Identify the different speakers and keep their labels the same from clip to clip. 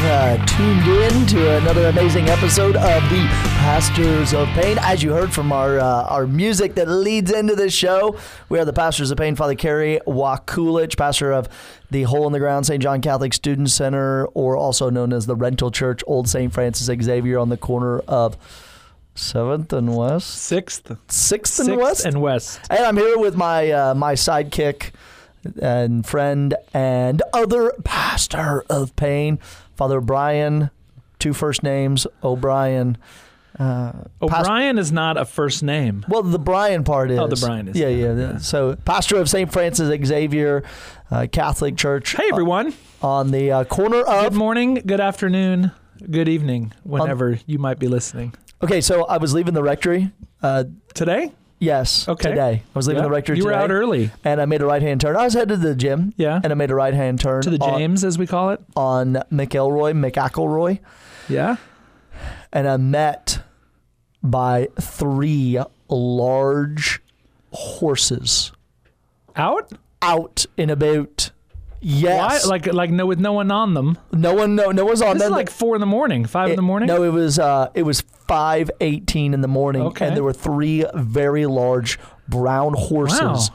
Speaker 1: uh, tuned in to another amazing episode of the Pastors of Pain. As you heard from our uh, our music that leads into this show, we are the Pastors of Pain. Father Kerry Wakulich, pastor of the Hole in the Ground St. John Catholic Student Center, or also known as the Rental Church, Old St. Francis Xavier, on the corner of Seventh and West,
Speaker 2: Sixth,
Speaker 1: Sixth and
Speaker 2: Sixth
Speaker 1: West,
Speaker 2: and West.
Speaker 1: And I'm here with my uh, my sidekick and friend and other pastor of pain, Father Brian, two first names, O'Brien. Uh, past-
Speaker 2: O'Brien is not a first name.
Speaker 1: well, the Brian part is.
Speaker 2: Oh, the Brian is-
Speaker 1: Yeah, yeah.
Speaker 2: yeah.
Speaker 1: So, pastor of St. Francis Xavier uh, Catholic Church.
Speaker 2: Hey everyone.
Speaker 1: on the uh, corner
Speaker 2: Uh, Good
Speaker 1: of.
Speaker 2: morning, good afternoon, good evening, whenever you might be listening.
Speaker 1: Okay, so I was leaving the rectory. Uh,
Speaker 2: Today?
Speaker 1: yes,
Speaker 2: Okay.
Speaker 1: today. I was leaving
Speaker 2: Yeah.
Speaker 1: the rectory
Speaker 2: You were
Speaker 1: today.
Speaker 2: out early.
Speaker 1: and I made a right hand turn. I was headed to the gym.
Speaker 2: Yeah.
Speaker 1: And I made a right hand turn
Speaker 2: to the
Speaker 1: on-
Speaker 2: James, as we call it.
Speaker 1: on McElroy, McAckelroy,
Speaker 2: Yeah.
Speaker 1: and I'm met by three large horses
Speaker 2: Out?
Speaker 1: out and about. Yes,
Speaker 2: Why? Like like no with no one on them.
Speaker 1: no one, no, no one's on.
Speaker 2: This is
Speaker 1: them.
Speaker 2: like four in the morning, five in
Speaker 1: It-
Speaker 2: the morning.
Speaker 1: No, it was uh, it was five eighteen in the morning,
Speaker 2: Okay.
Speaker 1: and there were three very large brown horses.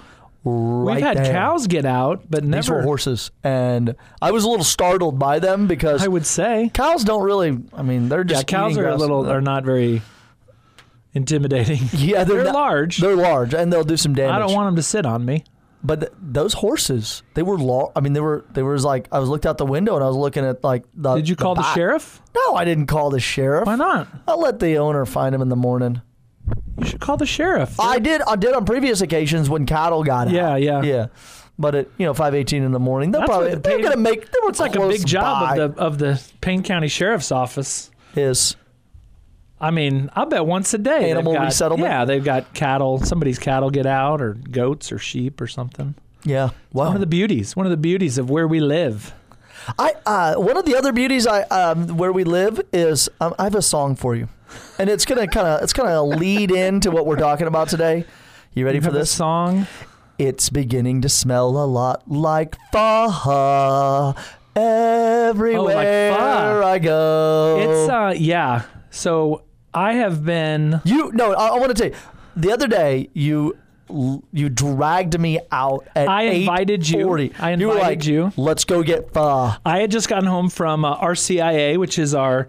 Speaker 1: Right
Speaker 2: We've had
Speaker 1: there.
Speaker 2: cows get out, but
Speaker 1: These were
Speaker 2: never
Speaker 1: horses, and I was a little startled by them because
Speaker 2: I would say.
Speaker 1: cows don't really. I mean, they're
Speaker 2: Yeah,
Speaker 1: just
Speaker 2: cows
Speaker 1: eating
Speaker 2: are a
Speaker 1: grass.
Speaker 2: little are not very intimidating.
Speaker 1: Yeah, they're,
Speaker 2: They're
Speaker 1: not-
Speaker 2: large.
Speaker 1: They're large, and they'll do some damage.
Speaker 2: I don't want them to sit on me.
Speaker 1: But th- those horses, they were large. I mean, they were. They was like I was looked out the window and I was looking at like the.
Speaker 2: Did you call the,
Speaker 1: back.
Speaker 2: sheriff?
Speaker 1: No, I didn't call the sheriff.
Speaker 2: Why not?
Speaker 1: I'll let the owner find him in the morning.
Speaker 2: You should call the sheriff.
Speaker 1: I did. I did on previous occasions when cattle got out.
Speaker 2: yeah, yeah,
Speaker 1: yeah. But at you know five eighteen in the morning, they're
Speaker 2: That's what
Speaker 1: probably
Speaker 2: the
Speaker 1: they're
Speaker 2: pain-
Speaker 1: gonna make. They were
Speaker 2: It's like a big job
Speaker 1: by
Speaker 2: of the of the Payne County Sheriff's Office.
Speaker 1: is
Speaker 2: I mean, I bet once a day. they've
Speaker 1: Animal
Speaker 2: got-
Speaker 1: resettlement?
Speaker 2: Yeah, they've got cattle. Somebody's cattle get out, or goats, or sheep, or something.
Speaker 1: yeah. Wow.
Speaker 2: One of the beauties. One of the beauties of where we live.
Speaker 1: I uh, one of the other beauties I um, where we live is um, I have a song for you, and it's gonna kind of it's gonna lead into what we're talking about today. You ready
Speaker 2: You
Speaker 1: for
Speaker 2: have a
Speaker 1: this?
Speaker 2: song?
Speaker 1: It's beginning to smell a lot like
Speaker 2: Oh,
Speaker 1: pho everywhere I go.
Speaker 2: It's uh, yeah. So I have been.
Speaker 1: you no, I, I want to tell you. The other day you you dragged me out at
Speaker 2: I invited you.
Speaker 1: 8:40.
Speaker 2: I
Speaker 1: you. Were
Speaker 2: invited
Speaker 1: like,
Speaker 2: you.
Speaker 1: Let's go get pho.
Speaker 2: I had just gotten home from uh, RCIA, which is our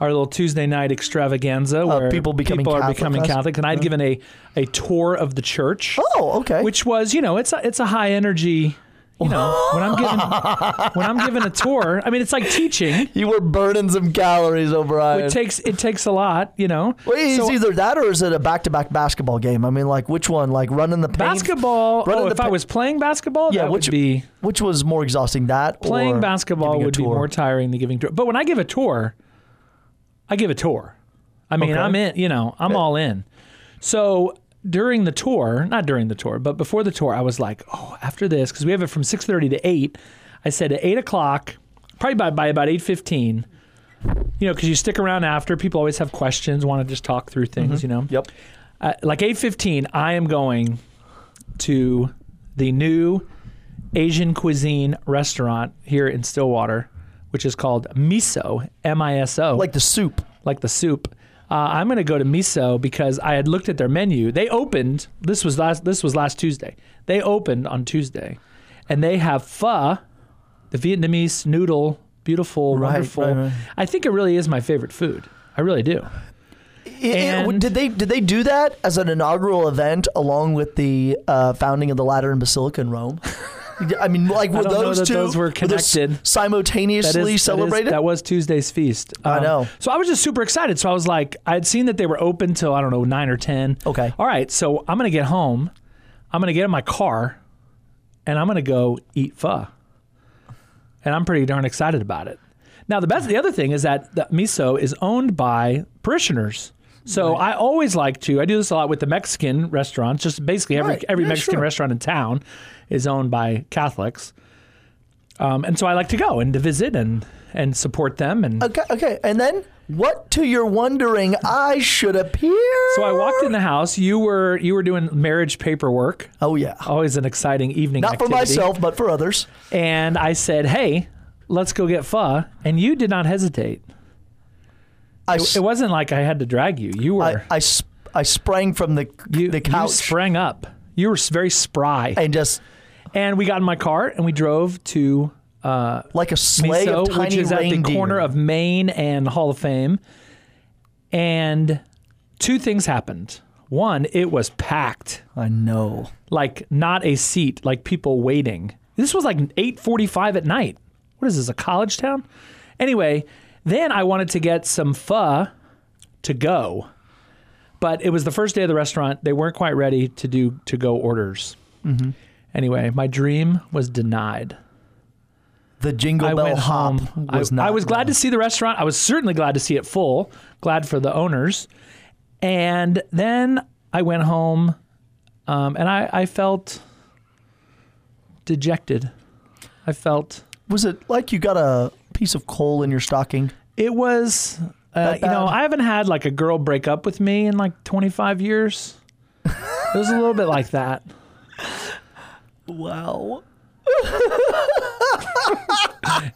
Speaker 2: our little Tuesday night extravaganza where
Speaker 1: people becoming
Speaker 2: people are
Speaker 1: Catholic
Speaker 2: becoming
Speaker 1: fest?
Speaker 2: Catholic, and I'd given a a tour of the church.
Speaker 1: Oh, okay.
Speaker 2: which was you know it's a, it's a high energy you know when i'm giving when i'm giving a tour i mean it's like teaching
Speaker 1: you were burning some calories, O'Brien.
Speaker 2: it takes it takes a lot you know
Speaker 1: Well, it's
Speaker 2: So,
Speaker 1: either that or is it a back-to-back basketball game? I mean, like which one? Like running the paint?
Speaker 2: basketball
Speaker 1: Running
Speaker 2: oh,
Speaker 1: the
Speaker 2: if i
Speaker 1: pa-
Speaker 2: was playing basketball
Speaker 1: Yeah,
Speaker 2: that
Speaker 1: which
Speaker 2: would be
Speaker 1: which was more exhausting? That
Speaker 2: playing
Speaker 1: or
Speaker 2: basketball
Speaker 1: giving a
Speaker 2: would be
Speaker 1: tour?
Speaker 2: more tiring than giving tour but when i give a tour i give a tour i mean
Speaker 1: Okay.
Speaker 2: i'm in you know i'm all in so during the tour not during the tour but before the tour i was like oh after this because we have it from 6.30 to 8 i said at 8 o'clock probably by, by about 8.15 you know because you stick around after people always have questions want to just talk through things you know
Speaker 1: Mm-hmm. Yep.
Speaker 2: uh, like 8.15 i am going to the new asian cuisine restaurant here in stillwater which is called miso m-i-s-o
Speaker 1: Like the soup.
Speaker 2: like the soup uh, i'm going to go to miso because i had looked at their menu they opened this was last this was last tuesday they opened on tuesday and they have pho the vietnamese noodle beautiful
Speaker 1: Right,
Speaker 2: wonderful
Speaker 1: right, right.
Speaker 2: i think it really is my favorite food i really do
Speaker 1: I- I-
Speaker 2: And-
Speaker 1: did they did they do that as an inaugural event along with the uh, founding of the Lateran Basilica in Rome? I mean, like were
Speaker 2: don't know
Speaker 1: those
Speaker 2: that
Speaker 1: two
Speaker 2: those were
Speaker 1: those
Speaker 2: connected.
Speaker 1: simultaneously celebrated?
Speaker 2: That, was Tuesday's feast.
Speaker 1: I
Speaker 2: Um,
Speaker 1: know.
Speaker 2: So I was just super excited. So I was like, I had seen that they were open till I don't know nine or ten.
Speaker 1: Okay.
Speaker 2: All right. So I'm gonna get home. I'm gonna get in my car, and I'm gonna go eat pho. And I'm pretty darn excited about it. Now the best, the other thing is that the miso is owned by parishioners. So I always like to. I do this a lot with the Mexican restaurants. Just basically every
Speaker 1: Right.
Speaker 2: every
Speaker 1: Yeah,
Speaker 2: Mexican
Speaker 1: sure.
Speaker 2: restaurant in town is owned by Catholics. Um, and so I like to go and to visit and and support them. And
Speaker 1: okay, okay, and then what? To your wondering, I should appear.
Speaker 2: so I walked in the house. You were you were doing marriage paperwork.
Speaker 1: Oh yeah,
Speaker 2: Always an exciting evening.
Speaker 1: not for
Speaker 2: activity.
Speaker 1: myself, but for others.
Speaker 2: And I said, "Hey, let's go get pho, and you did not hesitate.
Speaker 1: I,
Speaker 2: It,
Speaker 1: s-
Speaker 2: it wasn't like I had to drag you. You were
Speaker 1: I, I, sp- I sprang from the,
Speaker 2: you,
Speaker 1: the
Speaker 2: you
Speaker 1: couch
Speaker 2: sprang up. You were s- very spry,
Speaker 1: and just
Speaker 2: and we got in my car and we drove to uh,
Speaker 1: like a sleigh
Speaker 2: Miso,
Speaker 1: of tiny
Speaker 2: which is
Speaker 1: reindeer.
Speaker 2: at the corner of Maine and Hall of Fame. And two things happened. One, it was packed,
Speaker 1: I know.
Speaker 2: like not a seat, like people waiting. This was like 8:45 at night. What is this, a college town? Anyway, then I wanted to get some pho to go. But it was the first day of the restaurant. They weren't quite ready to do to go orders. Anyway, my dream was denied.
Speaker 1: The Jingle Bell Hop was
Speaker 2: I,
Speaker 1: not.
Speaker 2: I was glad
Speaker 1: real.
Speaker 2: to see the restaurant. I was certainly glad to see it full. Glad for the owners. And then I went home, um, and I, I felt dejected. I felt
Speaker 1: Was it like you got a piece of coal in your stocking?
Speaker 2: it was. Uh,
Speaker 1: That
Speaker 2: you know,
Speaker 1: bad?
Speaker 2: I haven't had like a girl break up with me in like 25 years. It was a little bit like that.
Speaker 1: Wow.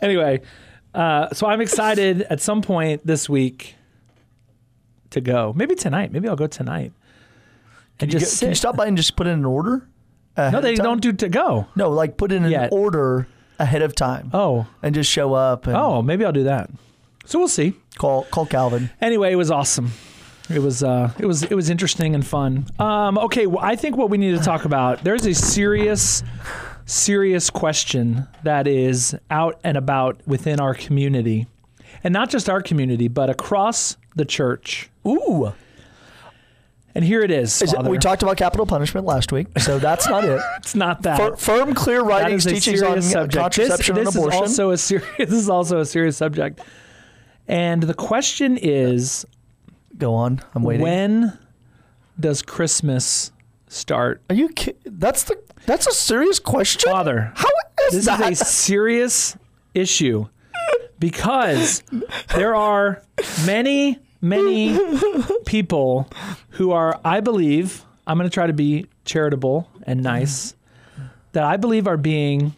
Speaker 2: Anyway, uh, so I'm excited at some point this week to go. Maybe tonight. Maybe I'll go tonight. And
Speaker 1: You
Speaker 2: just
Speaker 1: get-
Speaker 2: sit.
Speaker 1: can you stop by and just put in an order?
Speaker 2: No,
Speaker 1: ahead
Speaker 2: they
Speaker 1: of time?
Speaker 2: don't do to go.
Speaker 1: No, like put in an
Speaker 2: Yet.
Speaker 1: order ahead of time
Speaker 2: Oh,
Speaker 1: and just show up and
Speaker 2: oh, maybe I'll do that. So we'll see.
Speaker 1: call call Calvin.
Speaker 2: Anyway, it was awesome. It was uh, it was it was interesting and fun. Um, okay, well, I think what we need to talk about there's a serious, serious question that is out and about within our community, and not just our community, but across the church.
Speaker 1: Ooh.
Speaker 2: And here it is.
Speaker 1: Is it-
Speaker 2: Father.
Speaker 1: we talked about capital punishment last week, so that's not it.
Speaker 2: it's not that.
Speaker 1: Fir- firm, clear
Speaker 2: that
Speaker 1: writings,
Speaker 2: is a
Speaker 1: teachings on
Speaker 2: serious subject.
Speaker 1: contraception
Speaker 2: this, this
Speaker 1: and abortion.
Speaker 2: Is also a serious, this is also a serious subject. And the question is
Speaker 1: Go on, I'm waiting.
Speaker 2: when does Christmas start?
Speaker 1: Are you kidding? That's the that's a serious question.
Speaker 2: Father,
Speaker 1: How is
Speaker 2: this is
Speaker 1: that?
Speaker 2: a serious issue because there are many, many people who are, I believe, I'm going to try to be charitable and nice, that I believe are being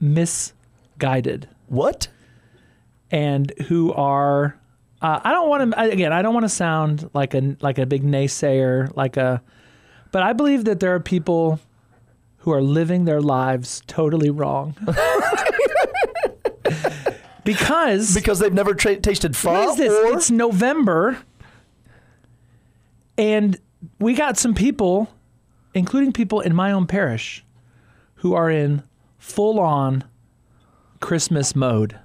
Speaker 2: misguided.
Speaker 1: what?
Speaker 2: and who are uh, I don't want to again I don't want to sound like a like a big naysayer like a but I believe that there are people who are living their lives totally wrong because,
Speaker 1: Because they've never tra- tasted pho
Speaker 2: what is this?
Speaker 1: or
Speaker 2: It's November and we got some people including people in my own parish who are in full on Christmas mode.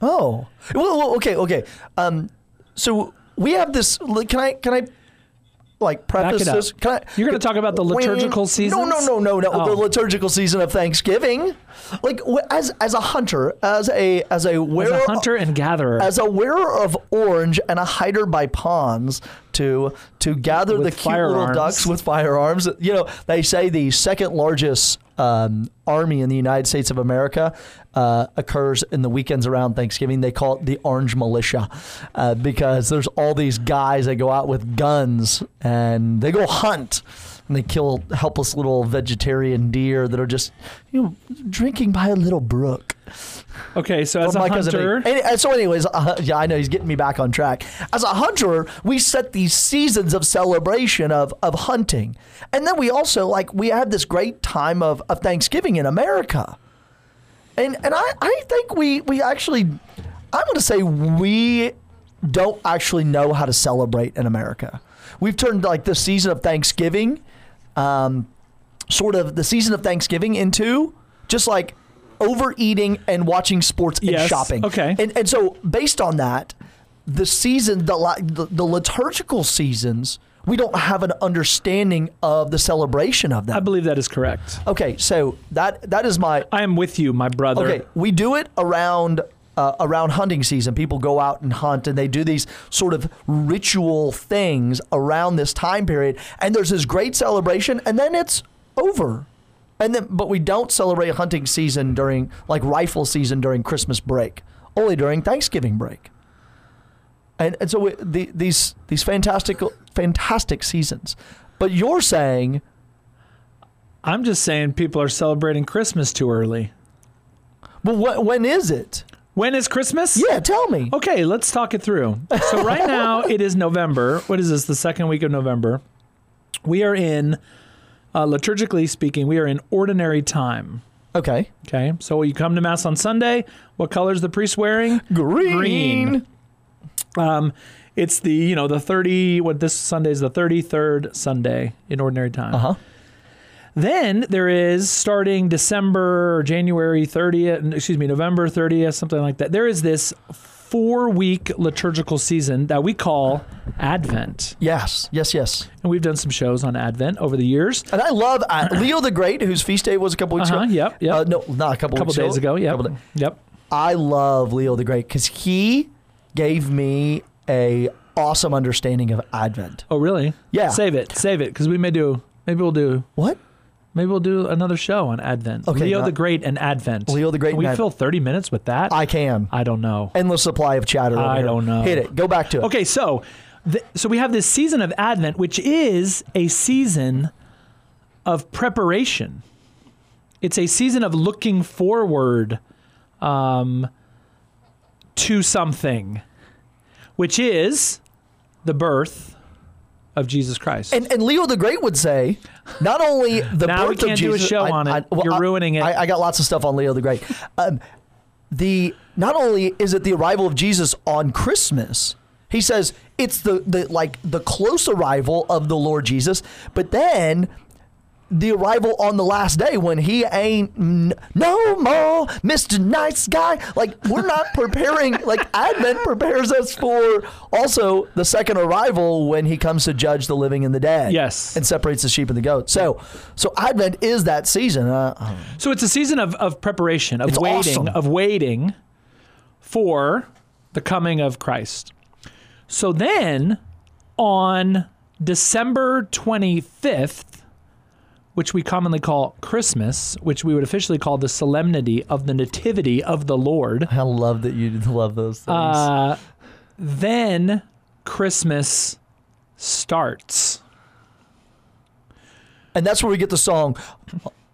Speaker 1: Oh, well, well, okay, okay. Um, so we have this. li- Can I? Can I? Like preface
Speaker 2: it up.
Speaker 1: this? Can I,
Speaker 2: You're gonna talk about the liturgical
Speaker 1: No, no,
Speaker 2: seasons?
Speaker 1: no, no, no.
Speaker 2: Oh.
Speaker 1: The liturgical season of Thanksgiving. Like wh- as as a hunter, as a as a
Speaker 2: As
Speaker 1: wearer,
Speaker 2: a hunter and gatherer.
Speaker 1: as a wearer of orange and a hider by pawns to to gather
Speaker 2: With
Speaker 1: the cute little
Speaker 2: firearms.
Speaker 1: ducks with firearms. You know, they say the second largest um, army in the United States of America uh, occurs in the weekends around Thanksgiving. They call it the Orange Militia uh, because there's all these guys that go out with guns and they go hunt. And they kill helpless little vegetarian deer that are just, you know, drinking by a little brook.
Speaker 2: Okay, so as
Speaker 1: Well, my
Speaker 2: a
Speaker 1: cousin
Speaker 2: hunter,
Speaker 1: Nate. And- so, anyways, uh, yeah, I know he's getting me back on track. As a hunter, we set these seasons of celebration of of hunting, and then we also like we had this great time of, of Thanksgiving in America, and and I I think we we actually I'm going to say we don't actually know how to celebrate in America. We've turned like this season of Thanksgiving, um, sort of the season of Thanksgiving into just like overeating and watching sports and
Speaker 2: Yes,
Speaker 1: shopping.
Speaker 2: okay.
Speaker 1: And and so based on that, the season the li- the, the liturgical seasons, we don't have an understanding of the celebration of
Speaker 2: I
Speaker 1: them.
Speaker 2: believe that is correct.
Speaker 1: Okay, so that that is my
Speaker 2: I am with you, my brother.
Speaker 1: Okay, we do it around uh, around hunting season. People go out and hunt, and they do these sort of ritual things around this time period. And there's this great celebration, and then it's over. And then, but we don't celebrate hunting season during like rifle season during Christmas break, only during Thanksgiving break. And and so we, the, these these fantastic fantastic seasons. But you're saying
Speaker 2: I'm just saying people are celebrating Christmas too early.
Speaker 1: But what, when is it?
Speaker 2: When is Christmas?
Speaker 1: Yeah, tell me.
Speaker 2: Okay, let's talk it through. So right now it is November. What is this? The second week of November. We are in, uh, liturgically speaking, we are in ordinary time.
Speaker 1: Okay.
Speaker 2: Okay, so you come to mass on Sunday. What color is the priest wearing?
Speaker 1: Green.
Speaker 2: Um, it's the you know the thirty. What this Sunday is the thirty third Sunday in ordinary time.
Speaker 1: Uh huh.
Speaker 2: Then there is starting December, or January 30th, excuse me, November 30th, something like that. There is this four week liturgical season that we call Advent.
Speaker 1: Yes. Yes. Yes.
Speaker 2: And we've done some shows on Advent over the years.
Speaker 1: And I love uh, Leo the Great, whose feast day was a couple weeks
Speaker 2: Uh-huh,
Speaker 1: ago.
Speaker 2: yep, yep.
Speaker 1: Uh, no, not a couple,
Speaker 2: A couple
Speaker 1: weeks
Speaker 2: days ago. Yep.
Speaker 1: Couple da-
Speaker 2: yep.
Speaker 1: I love Leo the Great because he gave me a awesome understanding of Advent.
Speaker 2: Oh, really?
Speaker 1: Yeah.
Speaker 2: Save it. Save it because we may do, maybe we'll do.
Speaker 1: What?
Speaker 2: Maybe we'll do another show on Advent.
Speaker 1: Okay,
Speaker 2: Leo
Speaker 1: not-
Speaker 2: the Great and Advent.
Speaker 1: Leo the Great
Speaker 2: Can
Speaker 1: and
Speaker 2: we
Speaker 1: Ad-
Speaker 2: fill 30 minutes with that?
Speaker 1: I can.
Speaker 2: I don't know.
Speaker 1: Endless supply of chatter. over
Speaker 2: I
Speaker 1: here.
Speaker 2: don't know.
Speaker 1: Hit it. Go back to it.
Speaker 2: Okay, so th- so we have this season of Advent, which is a season of preparation. It's a season of looking forward um, to something, which is the birth of Jesus Christ.
Speaker 1: And, and Leo the Great would say, not only the
Speaker 2: Now
Speaker 1: birth
Speaker 2: we can't
Speaker 1: of
Speaker 2: do a
Speaker 1: Jesus.
Speaker 2: show on it. You're ruining it.
Speaker 1: I, I got lots of stuff on Leo the Great. Um, the not only is it the arrival of Jesus on Christmas, he says it's the, the like the close arrival of the Lord Jesus, but then the arrival on the last day when he ain't n- no more Mr. Nice Guy. Like we're not preparing. like Advent prepares us for also the second arrival when he comes to judge the living and the dead.
Speaker 2: Yes.
Speaker 1: and separates the sheep and the goats. So, so Advent is that season. Uh,
Speaker 2: So it's a season of, of preparation, of
Speaker 1: It's
Speaker 2: waiting,
Speaker 1: awesome.
Speaker 2: of waiting for the coming of Christ. So then on December 25th, which we commonly call Christmas, which we would officially call the solemnity of the Nativity of the Lord,
Speaker 1: I love that you love those things.
Speaker 2: uh, then Christmas starts.
Speaker 1: and that's where we get the song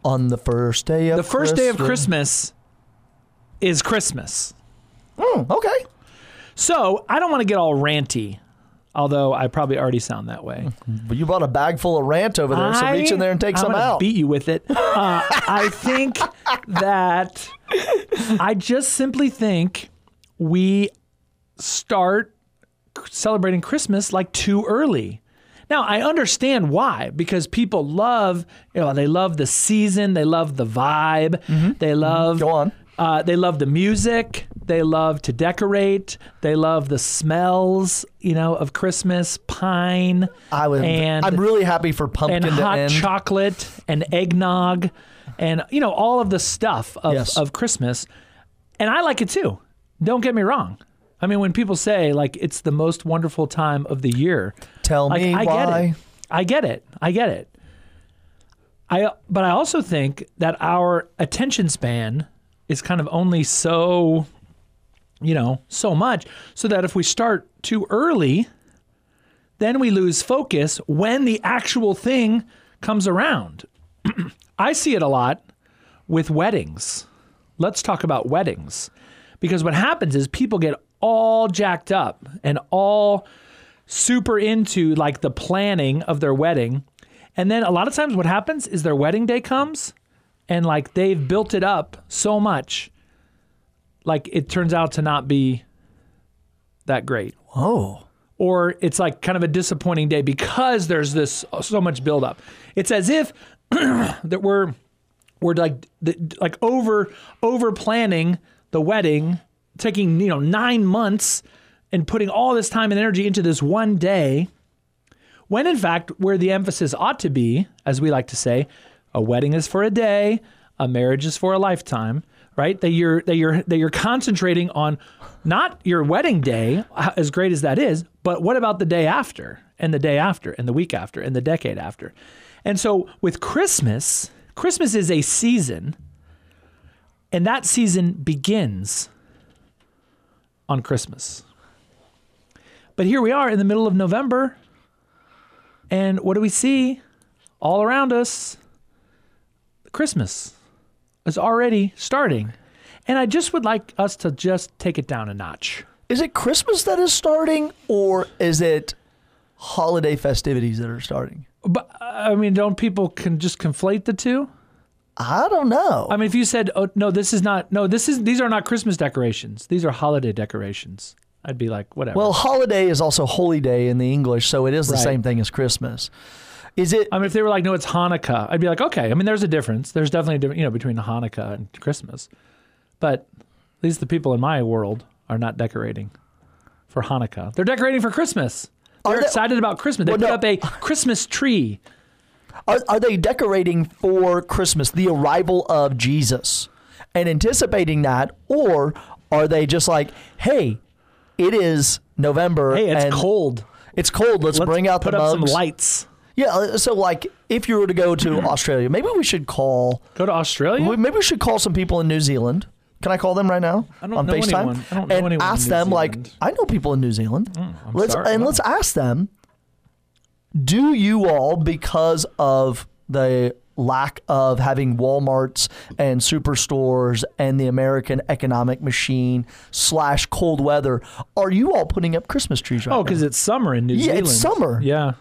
Speaker 1: on the first day of
Speaker 2: The first day of
Speaker 1: Christmas.
Speaker 2: Christmas is Christmas.
Speaker 1: Mm, okay,
Speaker 2: So I don't want to get all ranty, although I probably already sound that way.
Speaker 1: but you brought a bag full of rant over there, so reach in there and take
Speaker 2: I'm
Speaker 1: some
Speaker 2: gonna
Speaker 1: out.
Speaker 2: Beat you with it. Uh, I think that I just simply think we start celebrating Christmas like too early. Now I understand why, because people love, you know, they love the season, they love the vibe,
Speaker 1: Mm-hmm.
Speaker 2: they love
Speaker 1: Go on.
Speaker 2: uh, they love the music. They love to decorate. They love the smells, you know, of Christmas, pine,
Speaker 1: I would.
Speaker 2: and
Speaker 1: I'm really happy for pumpkin
Speaker 2: and
Speaker 1: to
Speaker 2: hot
Speaker 1: end.
Speaker 2: chocolate and eggnog, and you know all of the stuff of
Speaker 1: Yes.
Speaker 2: of Christmas. And I like it too. Don't get me wrong. I mean, when people say like it's the most wonderful time of the year,
Speaker 1: Tell
Speaker 2: like
Speaker 1: me
Speaker 2: I
Speaker 1: why.
Speaker 2: get it. I get it. I get it. I but I also think that our attention span is kind of only so you know, so much so that if we start too early, then we lose focus when the actual thing comes around. I see it a lot with weddings. Let's talk about weddings. Because what happens is people get all jacked up and all super into like the planning of their wedding. And then a lot of times what happens is their wedding day comes and like they've built it up so much like it turns out to not be that great.
Speaker 1: Oh,
Speaker 2: Or it's like kind of a disappointing day because there's this so much buildup. It's as if that we're we're like th- like over over planning the wedding, taking you know nine months and putting all this time and energy into this one day, when in fact where the emphasis ought to be, as we like to say, a wedding is for a day, a marriage is for a lifetime. Right, that you're that you're that you're concentrating on not your wedding day, h- as great as that is, but what about the day after, and the day after, and the week after, and the decade after, and so with Christmas, Christmas is a season, and that season begins on Christmas. But here we are in the middle of November, and what do we see all around us? Christmas is already starting. And I just would like us to just take it down a notch.
Speaker 1: Is it Christmas that is starting, or is it holiday festivities that are starting?
Speaker 2: But I mean, don't people can just conflate the two?
Speaker 1: I don't know.
Speaker 2: I mean, if you said, "Oh no, this is not. No, this is. These are not Christmas decorations. These are holiday decorations." I'd be like, whatever.
Speaker 1: well, holiday is also holy day in the English, so it is the
Speaker 2: Right.
Speaker 1: same thing as Christmas. Is it?
Speaker 2: I mean, if they were like, "No, it's Hanukkah," I'd be like, "Okay." I mean, there's a difference. There's definitely a difference, you know, between Hanukkah and Christmas. But at least the people in my world are not decorating for Hanukkah. They're decorating for Christmas. They're
Speaker 1: Are they-
Speaker 2: excited about Christmas. They
Speaker 1: Well,
Speaker 2: put
Speaker 1: no.
Speaker 2: up a Christmas tree.
Speaker 1: Are, are they decorating for Christmas, the arrival of Jesus, and anticipating that, or are they just like, hey, it is November.
Speaker 2: Hey, it's
Speaker 1: and
Speaker 2: cold.
Speaker 1: It's cold. Let's,
Speaker 2: Let's
Speaker 1: bring out
Speaker 2: put
Speaker 1: the
Speaker 2: up
Speaker 1: mugs.
Speaker 2: some lights.
Speaker 1: Yeah. uh, So, like, if you were to go to Australia, maybe we should call.
Speaker 2: Go to Australia.
Speaker 1: we- Maybe we should call some people in New Zealand. Can I call them right now
Speaker 2: I don't
Speaker 1: on
Speaker 2: know
Speaker 1: FaceTime
Speaker 2: anyone. I don't know
Speaker 1: and
Speaker 2: anyone in
Speaker 1: ask
Speaker 2: New
Speaker 1: them? Like,
Speaker 2: Zealand. Mm,
Speaker 1: I know people in New Zealand.
Speaker 2: I'm
Speaker 1: let's
Speaker 2: sorry.
Speaker 1: and
Speaker 2: Wow.
Speaker 1: let's ask them. Do you all, because of the lack of having WalMarts and superstores and the American economic machine slash cold weather, are you all putting up Christmas trees right
Speaker 2: Oh,
Speaker 1: now?
Speaker 2: because it's summer in New
Speaker 1: Yeah,
Speaker 2: Zealand.
Speaker 1: it's summer.
Speaker 2: Yeah,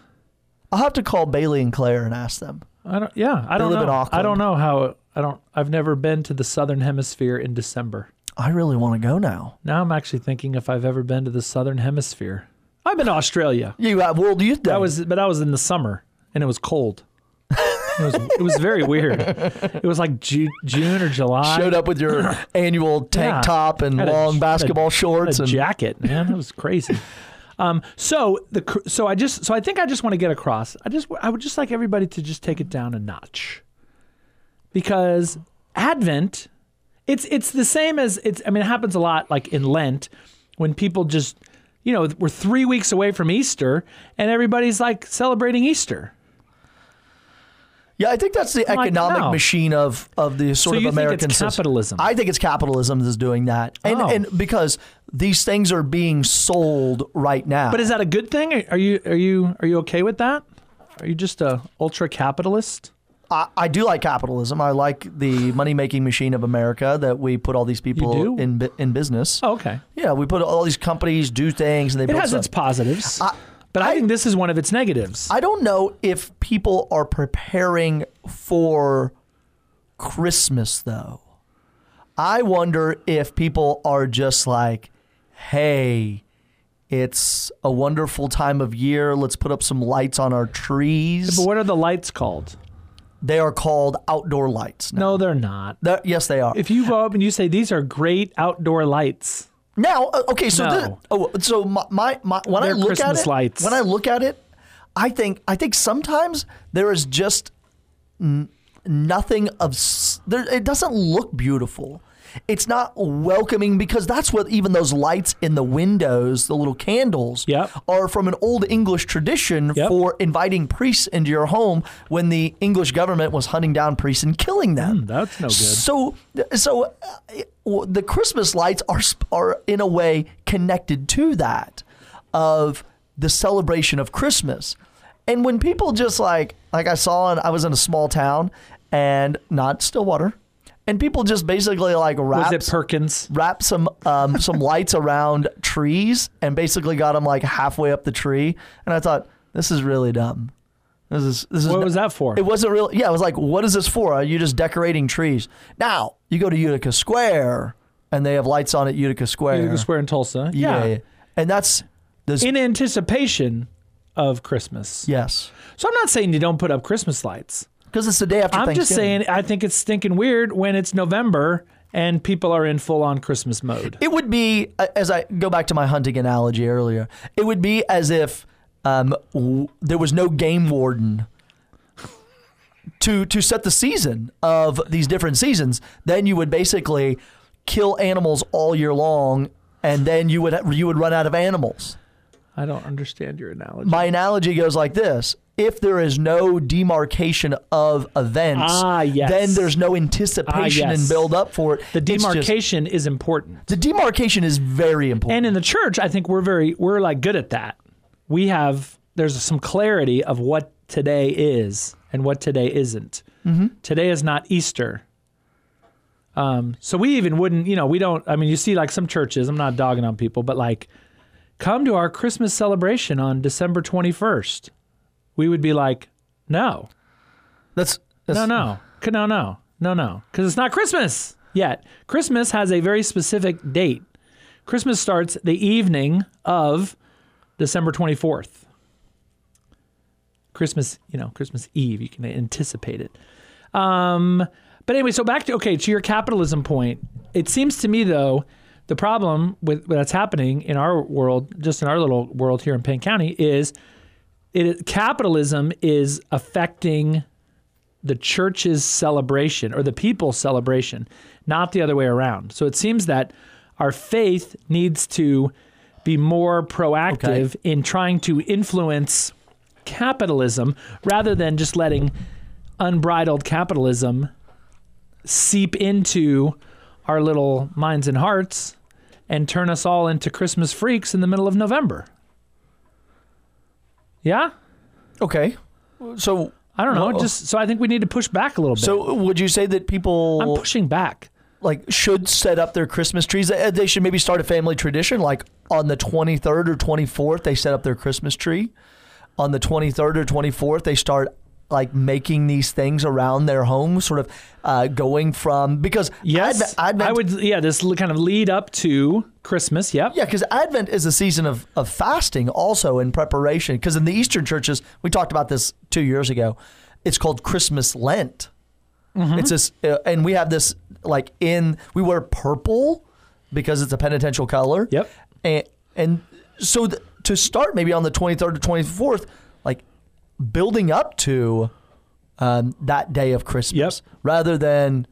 Speaker 1: I'll have to call Bailey and Claire and ask them.
Speaker 2: I don't. Yeah, I don't
Speaker 1: live
Speaker 2: know.
Speaker 1: in Auckland.
Speaker 2: I don't know how. I don't. I've never been to the Southern Hemisphere in December.
Speaker 1: I really want to go now.
Speaker 2: Now I'm actually thinking if I've ever been to the Southern Hemisphere. I've been to Australia.
Speaker 1: You have World Youth Day.
Speaker 2: I was, but I was in the summer and it was cold. It was, it was very weird. It was like Ju- June or July.
Speaker 1: showed up with your annual tank
Speaker 2: Yeah.
Speaker 1: top and
Speaker 2: Had a-
Speaker 1: long
Speaker 2: had a-
Speaker 1: basketball shorts
Speaker 2: a
Speaker 1: and
Speaker 2: jacket, man. That was crazy. Um, so the cr- so I just so I think I just want to get across. I just I would just like everybody to just take it down a notch, because Advent, it's it's the same as it's. I mean, it happens a lot like in Lent, when people just you know we're three weeks away from Easter and everybody's like celebrating Easter.
Speaker 1: yeah i think that's the
Speaker 2: like,
Speaker 1: economic
Speaker 2: no.
Speaker 1: machine of of the sort
Speaker 2: So
Speaker 1: of
Speaker 2: you think it's
Speaker 1: american system.
Speaker 2: capitalism?
Speaker 1: i think it's capitalism that's doing that and
Speaker 2: Oh.
Speaker 1: and because these things are being sold right now
Speaker 2: But is that a good thing? Are- Are you are you are you okay with that? Are you just a ultra capitalist?
Speaker 1: I, I do like capitalism i like the money making machine of america that we put all these people
Speaker 2: do?
Speaker 1: in bu- in business
Speaker 2: Oh, okay.
Speaker 1: yeah we put all these companies do things and they
Speaker 2: It
Speaker 1: build
Speaker 2: has
Speaker 1: stuff.
Speaker 2: its positives, but I, think this is one of its negatives.
Speaker 1: I don't know if people are preparing for Christmas though. I wonder if people are just like, hey, it's a wonderful time of year. Let's put up some lights on our trees.
Speaker 2: but what are the lights called?
Speaker 1: They are called outdoor lights. now.
Speaker 2: No, they're not.
Speaker 1: They're- yes, they are.
Speaker 2: If you go up and you say these are great outdoor lights,
Speaker 1: Now, uh, okay, so
Speaker 2: No.
Speaker 1: the- oh, so my, my, my when I
Speaker 2: They're
Speaker 1: look at
Speaker 2: Christmas
Speaker 1: it,
Speaker 2: lights.
Speaker 1: when I look at it, I think I think sometimes there is just n- nothing of s- there. It doesn't look beautiful. It's not welcoming because that's what even those lights in the windows, the little candles,
Speaker 2: Yep.
Speaker 1: are from an old English tradition
Speaker 2: Yep.
Speaker 1: for inviting priests into your home when the English government was hunting down priests and killing them.
Speaker 2: that's no Oh, good.
Speaker 1: So, so uh, it- w- the Christmas lights are sp- are in a way connected to that of the celebration of Christmas. And when people just like like I saw, and I was in a small town and not Stillwater, and people just basically like
Speaker 2: Was
Speaker 1: wrapped
Speaker 2: it Perkins?
Speaker 1: wrapped some um, some lights around trees and basically got them like halfway up the tree. And I thought this is really dumb. This is this is
Speaker 2: What was that for?
Speaker 1: It wasn't real. Yeah, it was like, what is this for? Are you just decorating trees? Now you go to Utica Square and they have lights on at Utica Square.
Speaker 2: Utica Square in Tulsa.
Speaker 1: Yeah,
Speaker 2: Yeah.
Speaker 1: yeah. and that's this.
Speaker 2: In anticipation of Christmas.
Speaker 1: yes,
Speaker 2: So I'm not saying you don't put up Christmas lights.
Speaker 1: because it's the day after.
Speaker 2: I'm just
Speaker 1: Thanksgiving.
Speaker 2: saying I think it's stinking weird when it's November and people are in full on Christmas mode.
Speaker 1: It would be a- as I go back to my hunting analogy earlier. It would be as if um, w- there was no game warden to to set the season of these different seasons. Then you would basically kill animals all year long, and then you would you would run out of animals.
Speaker 2: I don't understand your analogy.
Speaker 1: My analogy goes like this. If there is no demarcation of events,
Speaker 2: Ah, yes. Ah,
Speaker 1: then there's no anticipation
Speaker 2: yes.
Speaker 1: and build up for it.
Speaker 2: the
Speaker 1: It's just-
Speaker 2: demarcation is important.
Speaker 1: the demarcation is very important.
Speaker 2: And in the church, I think we're very we're like good at that. We have there's some clarity of what today is and what today isn't. Today is not Easter. Um, so we even wouldn't, you know, we don't. I mean, you see, like some churches. I'm not dogging on people, but like, come to our Christmas celebration on December 21st. We would be like, no,
Speaker 1: That's, that's
Speaker 2: no, no, C- no, no, no, no, because it's not Christmas yet. Christmas has a very specific date. Christmas starts the evening of December 24th. Christmas, you know, Christmas Eve. You can anticipate it. Um, but anyway, so back to okay to your capitalism point. It seems to me though, the problem with that's happening in our world, just in our little world here in Penn County, is it capitalism is affecting the church's celebration or the people's celebration, not the other way around. So it seems that our faith needs to be more proactive in trying to influence capitalism rather than just letting unbridled capitalism seep into our little minds and hearts and turn us all into Christmas freaks in the middle of November. Yeah?
Speaker 1: okay. So,
Speaker 2: I don't know.
Speaker 1: Well-
Speaker 2: Just so I think we need to push back a little bit.
Speaker 1: so would you say that people
Speaker 2: I'm pushing back.
Speaker 1: like should set up their Christmas trees. Uh, They should maybe start a family tradition, like on the 23rd or 24th, they set up their Christmas tree. On the 23rd or 24th, they start like making these things around their home, sort of uh, going from because
Speaker 2: Yes,
Speaker 1: Advent, Advent
Speaker 2: I would. Yeah, this l- kind of lead up to Christmas. Yep.
Speaker 1: yeah, because Advent is a season of, of fasting also in preparation. Because in the Eastern churches, we talked about this two years ago. It's called Christmas Lent. It's this, uh, and we have this like in we wear purple because it's a penitential color.
Speaker 2: Yep.
Speaker 1: and and so th- to start maybe on the twenty third or twenty fourth, like building up to um, that day of Christmas, rather than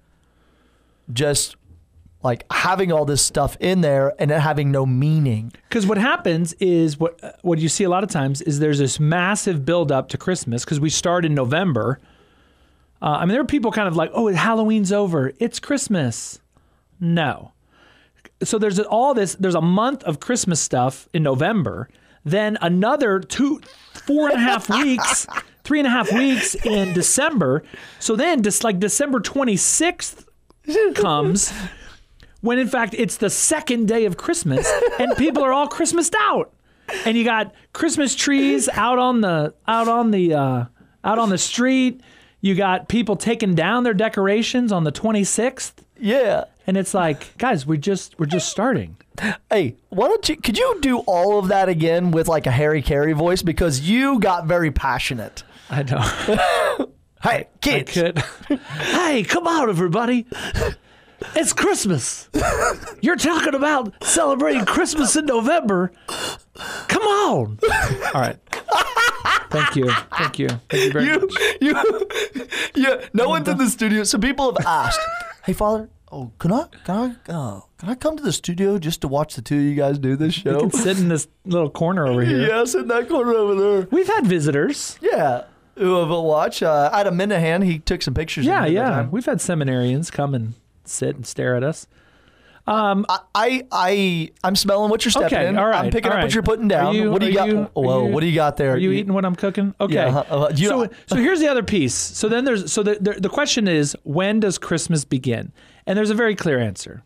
Speaker 1: just like having all this stuff in there and it having no meaning.
Speaker 2: Because what happens is what uh, what you see a lot of times is there's this massive build up to Christmas because we start in November. Uh, I mean, there are people kind of like, oh, Halloween's over, it's Christmas. No. So there's all this. There's a month of Christmas stuff in November, then another two, four and a half weeks, three and a half weeks in December. So then, just like December 26th comes when in fact it's the second day of Christmas and people are all Christmased out. And you got Christmas trees out on the out on the uh, out on the street. You got people taking down their decorations on the 26th,
Speaker 1: Yeah.
Speaker 2: and it's like, guys, we just we're just starting.
Speaker 1: Hey, why don't you? Could you do all of that again with like a Harry Carey voice because you got very passionate.
Speaker 2: I know.
Speaker 1: Hey, kids.
Speaker 2: Could. hey, come out, everybody! It's Christmas. You're talking about celebrating Christmas in November. Come on! All right. Thank you. Thank you. Thank you very much.
Speaker 1: you, you, yeah. No one's in the studio, so people have asked, "Hey, Father, oh, can I, can I, uh, can I come to the studio just to watch the two of you guys do this
Speaker 2: We
Speaker 1: show?"
Speaker 2: can sit in this little corner over here.
Speaker 1: Yes, in that corner over there.
Speaker 2: We've had visitors.
Speaker 1: Yeah, who have a watch? Uh, Adam Minahan, he took some pictures.
Speaker 2: Yeah,
Speaker 1: of me the
Speaker 2: yeah.
Speaker 1: other time.
Speaker 2: We've had seminarians come and sit and stare at us.
Speaker 1: I, I, I, I'm smelling what you're stepping
Speaker 2: Okay,
Speaker 1: in.
Speaker 2: all right,
Speaker 1: I'm picking
Speaker 2: all
Speaker 1: up
Speaker 2: right.
Speaker 1: what you're putting down.
Speaker 2: Are you-
Speaker 1: what do you
Speaker 2: are
Speaker 1: got?
Speaker 2: you- are
Speaker 1: Whoa,
Speaker 2: you-
Speaker 1: what do you got there?
Speaker 2: Are you eating what I'm cooking? Okay.
Speaker 1: Yeah, uh, uh, you-
Speaker 2: so, so here's the other piece. So then there's so the, the the question is when does Christmas begin? And there's a very clear answer.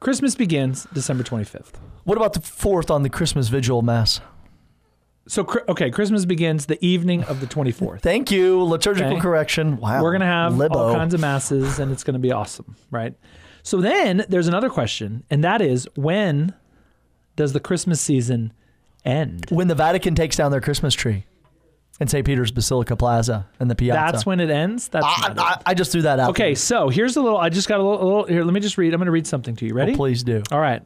Speaker 2: Christmas begins December 25th.
Speaker 1: What about the fourth on the Christmas vigil mass?
Speaker 2: So cr- okay, Christmas begins the evening of the 24th.
Speaker 1: Thank you, liturgical
Speaker 2: Okay.
Speaker 1: correction. Wow,
Speaker 2: We're going to have
Speaker 1: Oh, Libo.
Speaker 2: all kinds of masses and it's going to be awesome, right? So then there's another question, and that is when does the Christmas season end?
Speaker 1: when the Vatican takes down their Christmas tree in St. Peter's Basilica Plaza and the Piazza.
Speaker 2: That's when it ends. That's
Speaker 1: I,
Speaker 2: not it.
Speaker 1: I, I just threw that out.
Speaker 2: Okay,
Speaker 1: there.
Speaker 2: so here's a little I just got a little, a little here, let me just read. I'm going to read something to you. Ready?
Speaker 1: Oh, please do.
Speaker 2: All right.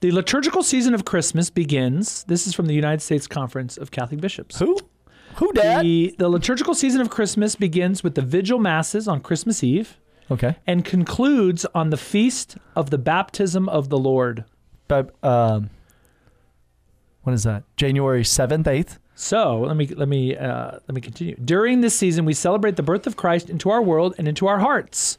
Speaker 2: The liturgical season of Christmas begins. This is from the United States Conference of Catholic Bishops.
Speaker 1: Who? Who, Dad?
Speaker 2: The, the liturgical season of Christmas begins with the vigil masses on Christmas Eve
Speaker 1: okay.
Speaker 2: and concludes on the feast of the baptism of the Lord.
Speaker 1: But, um, when is that? January 7th, 8th?
Speaker 2: So let me let me uh, let me continue. During this season, we celebrate the birth of Christ into our world and into our hearts,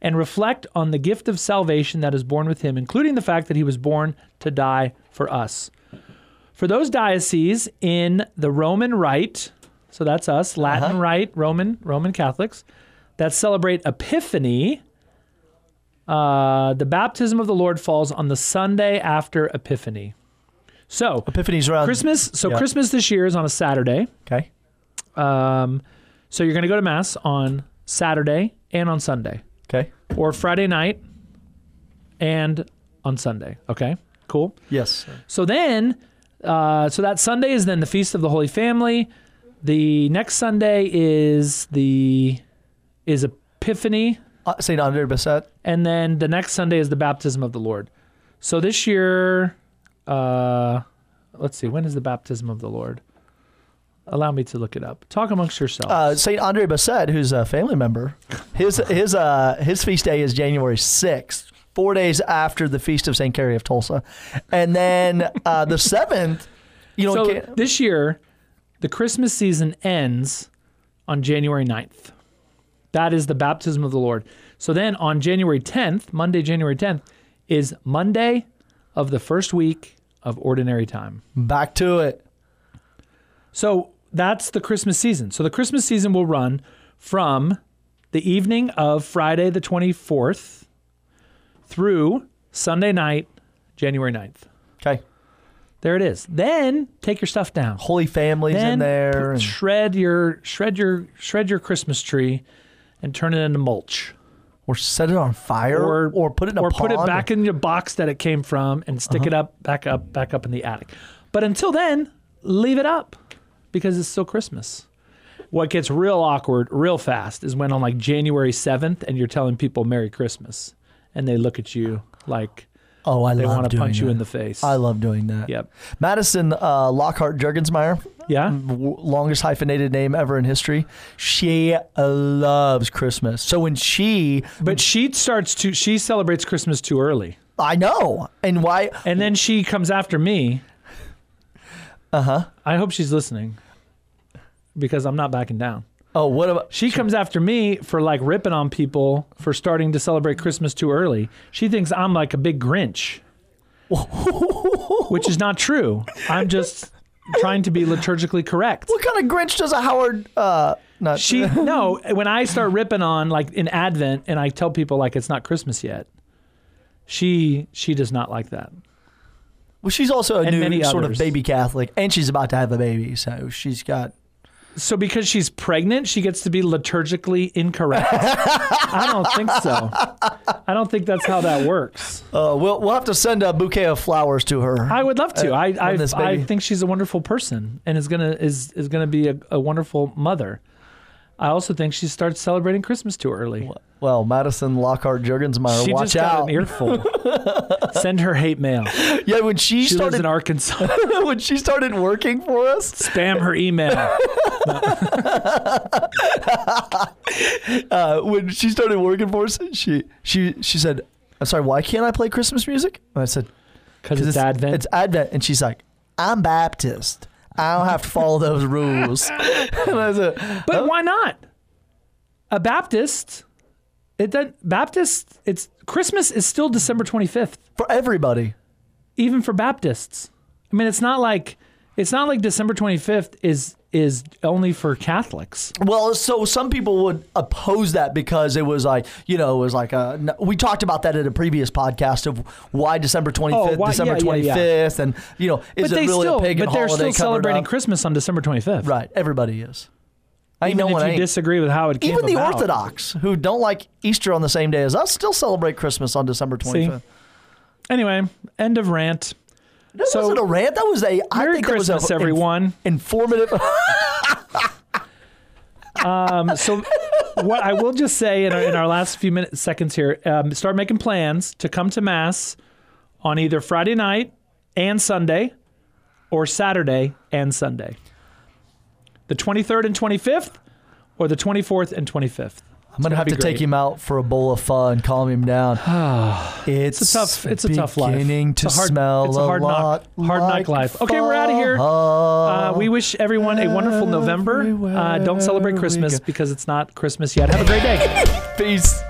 Speaker 2: and reflect on the gift of salvation that is born with Him, including the fact that He was born to die for us. For those dioceses in the Roman Rite, so that's us, Latin Rite, Roman Roman Catholics, that celebrate Epiphany, Uh, the baptism of the Lord falls on the Sunday after Epiphany. So
Speaker 1: Epiphany's around.
Speaker 2: Christmas. So
Speaker 1: Uh, yeah.
Speaker 2: Christmas this year is on a Saturday.
Speaker 1: Okay.
Speaker 2: Um, so you're going to go to mass on Saturday and on Sunday,
Speaker 1: Okay.
Speaker 2: or Friday night and on Sunday. Okay, cool.
Speaker 1: Yes.
Speaker 2: So then, uh, so that Sunday is then the Feast of the Holy Family. The next Sunday is the is Epiphany,
Speaker 1: Uh, Saint Andre Bessette.
Speaker 2: and then the next Sunday is the baptism of the Lord. So this year, uh, let's see, when is the baptism of the Lord? Allow me to look it up. Talk amongst yourselves.
Speaker 1: Uh, Saint Andre Bessette, who's a family member, his his uh his feast day is January sixth, four days after the feast of Saint Cary of Tulsa, and then uh, the seventh. You know,
Speaker 2: so
Speaker 1: can-
Speaker 2: this year, the Christmas season ends on January 9th. That is the baptism of the Lord. So then on January 10th, Monday, January 10th, is Monday of the first week of ordinary time.
Speaker 1: back to it.
Speaker 2: So that's the Christmas season. So the Christmas season will run from the evening of Friday the 24th through Sunday night, January 9th.
Speaker 1: Okay.
Speaker 2: There it is. Then take your stuff down.
Speaker 1: Holy Family's in there.
Speaker 2: put-
Speaker 1: and-
Speaker 2: shred your shred your shred your Christmas tree and turn it into mulch,
Speaker 1: or set it on fire, or, put it in a
Speaker 2: or
Speaker 1: pond, Uh-huh.
Speaker 2: put it back in your box that it came from and stick it up back up back up in the attic. But until then, leave it up because it's still Christmas. What gets real awkward real fast is when on like January 7th and you're telling people Merry Christmas and they look at you like
Speaker 1: Oh, I
Speaker 2: they
Speaker 1: love
Speaker 2: want to
Speaker 1: doing
Speaker 2: punch
Speaker 1: that.
Speaker 2: you in the face.
Speaker 1: I love doing that.
Speaker 2: Yep.
Speaker 1: Madison uh, Lockhart Jurgensmeyer,
Speaker 2: Yeah.
Speaker 1: w- longest hyphenated name ever in history. She loves Christmas. So when she,
Speaker 2: But she starts to she celebrates Christmas too early.
Speaker 1: I know, and why?
Speaker 2: And then she comes after me.
Speaker 1: Uh-huh.
Speaker 2: Uh huh. I hope she's listening because I'm not backing down.
Speaker 1: Oh, what about?
Speaker 2: She comes after me for like ripping on people for starting to celebrate Christmas too early. She thinks I'm like a big Grinch, which is not true. I'm just trying to be liturgically correct.
Speaker 1: What kind of Grinch does a Howard? Uh, not
Speaker 2: She no, when I start ripping on like in Advent and I tell people like it's not Christmas yet. She she does not like that.
Speaker 1: Well, she's also a
Speaker 2: And
Speaker 1: new
Speaker 2: many
Speaker 1: sort of
Speaker 2: others.
Speaker 1: baby Catholic, and she's about to have a baby, so she's got.
Speaker 2: So because she's pregnant, she gets to be liturgically incorrect. I don't think so. I don't think that's how that works.
Speaker 1: Uh, we'll we'll have to send a bouquet of flowers to her.
Speaker 2: I would love to.
Speaker 1: Uh,
Speaker 2: I
Speaker 1: on
Speaker 2: I,
Speaker 1: this
Speaker 2: I
Speaker 1: baby.
Speaker 2: think she's a wonderful person and is gonna is is gonna be a, a wonderful mother. I also think she starts celebrating Christmas too early.
Speaker 1: well, Madison Lockhart Jurgensmeyer,
Speaker 2: She
Speaker 1: watch
Speaker 2: just got
Speaker 1: out!
Speaker 2: an earful. Send her hate mail.
Speaker 1: Yeah, when she,
Speaker 2: She lives
Speaker 1: started
Speaker 2: in Arkansas.
Speaker 1: when she started working for us,
Speaker 2: Spam her email.
Speaker 1: uh, when she started working for us, she she she said, "I'm sorry, why can't I play Christmas music?" And I said,
Speaker 2: Because
Speaker 1: "'Cause
Speaker 2: it's, Advent.
Speaker 1: It's Advent." And she's like, "I'm Baptist. I don't have to follow those rules." and I said,
Speaker 2: But why not? A Baptist, it doesn't. Baptist, it's Christmas is still December twenty fifth,
Speaker 1: "For everybody,
Speaker 2: even for Baptists. I mean, it's not like it's not like December twenty fifth is is only for Catholics.
Speaker 1: Well, so some people would oppose that because it was like, you know, it was like a. n- We talked about that in a previous podcast of why December 25th,
Speaker 2: Oh, why-
Speaker 1: December
Speaker 2: yeah, yeah, yeah.
Speaker 1: 25th, and, you know, is
Speaker 2: but
Speaker 1: it
Speaker 2: they
Speaker 1: really
Speaker 2: still,
Speaker 1: a pagan
Speaker 2: but they're
Speaker 1: holiday
Speaker 2: still
Speaker 1: covered
Speaker 2: celebrating
Speaker 1: up?
Speaker 2: Christmas on December twenty fifth.
Speaker 1: Right. Everybody is. I
Speaker 2: Even
Speaker 1: know
Speaker 2: if
Speaker 1: one
Speaker 2: you
Speaker 1: ain't.
Speaker 2: disagree with how it came
Speaker 1: Even the
Speaker 2: about.
Speaker 1: Orthodox who don't like Easter on the same day as us still celebrate Christmas on December 25th.
Speaker 2: Anyway, end of rant.
Speaker 1: That
Speaker 2: So-
Speaker 1: wasn't a rant. That was a. I
Speaker 2: Merry
Speaker 1: think that was a
Speaker 2: Christmas,
Speaker 1: inf-
Speaker 2: everyone.
Speaker 1: informative.
Speaker 2: Um, so what I will just say in our, in our last few minutes seconds here, um, start making plans to come to mass on either Friday night and Sunday or Saturday and Sunday. The 23rd and 25th or the 24th and 25th.
Speaker 1: I'm gonna have
Speaker 2: be
Speaker 1: to take
Speaker 2: great.
Speaker 1: him out for a bowl of pho and calm him down. it's,
Speaker 2: It's a tough it's a tough life.
Speaker 1: Beginning to
Speaker 2: it's a hard,
Speaker 1: smell
Speaker 2: it's a hard
Speaker 1: a lot
Speaker 2: knock hard
Speaker 1: like
Speaker 2: knock life. Okay, we're out of here.
Speaker 1: pho.
Speaker 2: Uh, we wish everyone a wonderful November. Uh, don't
Speaker 1: everywhere
Speaker 2: celebrate
Speaker 1: we
Speaker 2: Christmas
Speaker 1: go.
Speaker 2: because it's not Christmas yet. Have a great day.
Speaker 1: Peace.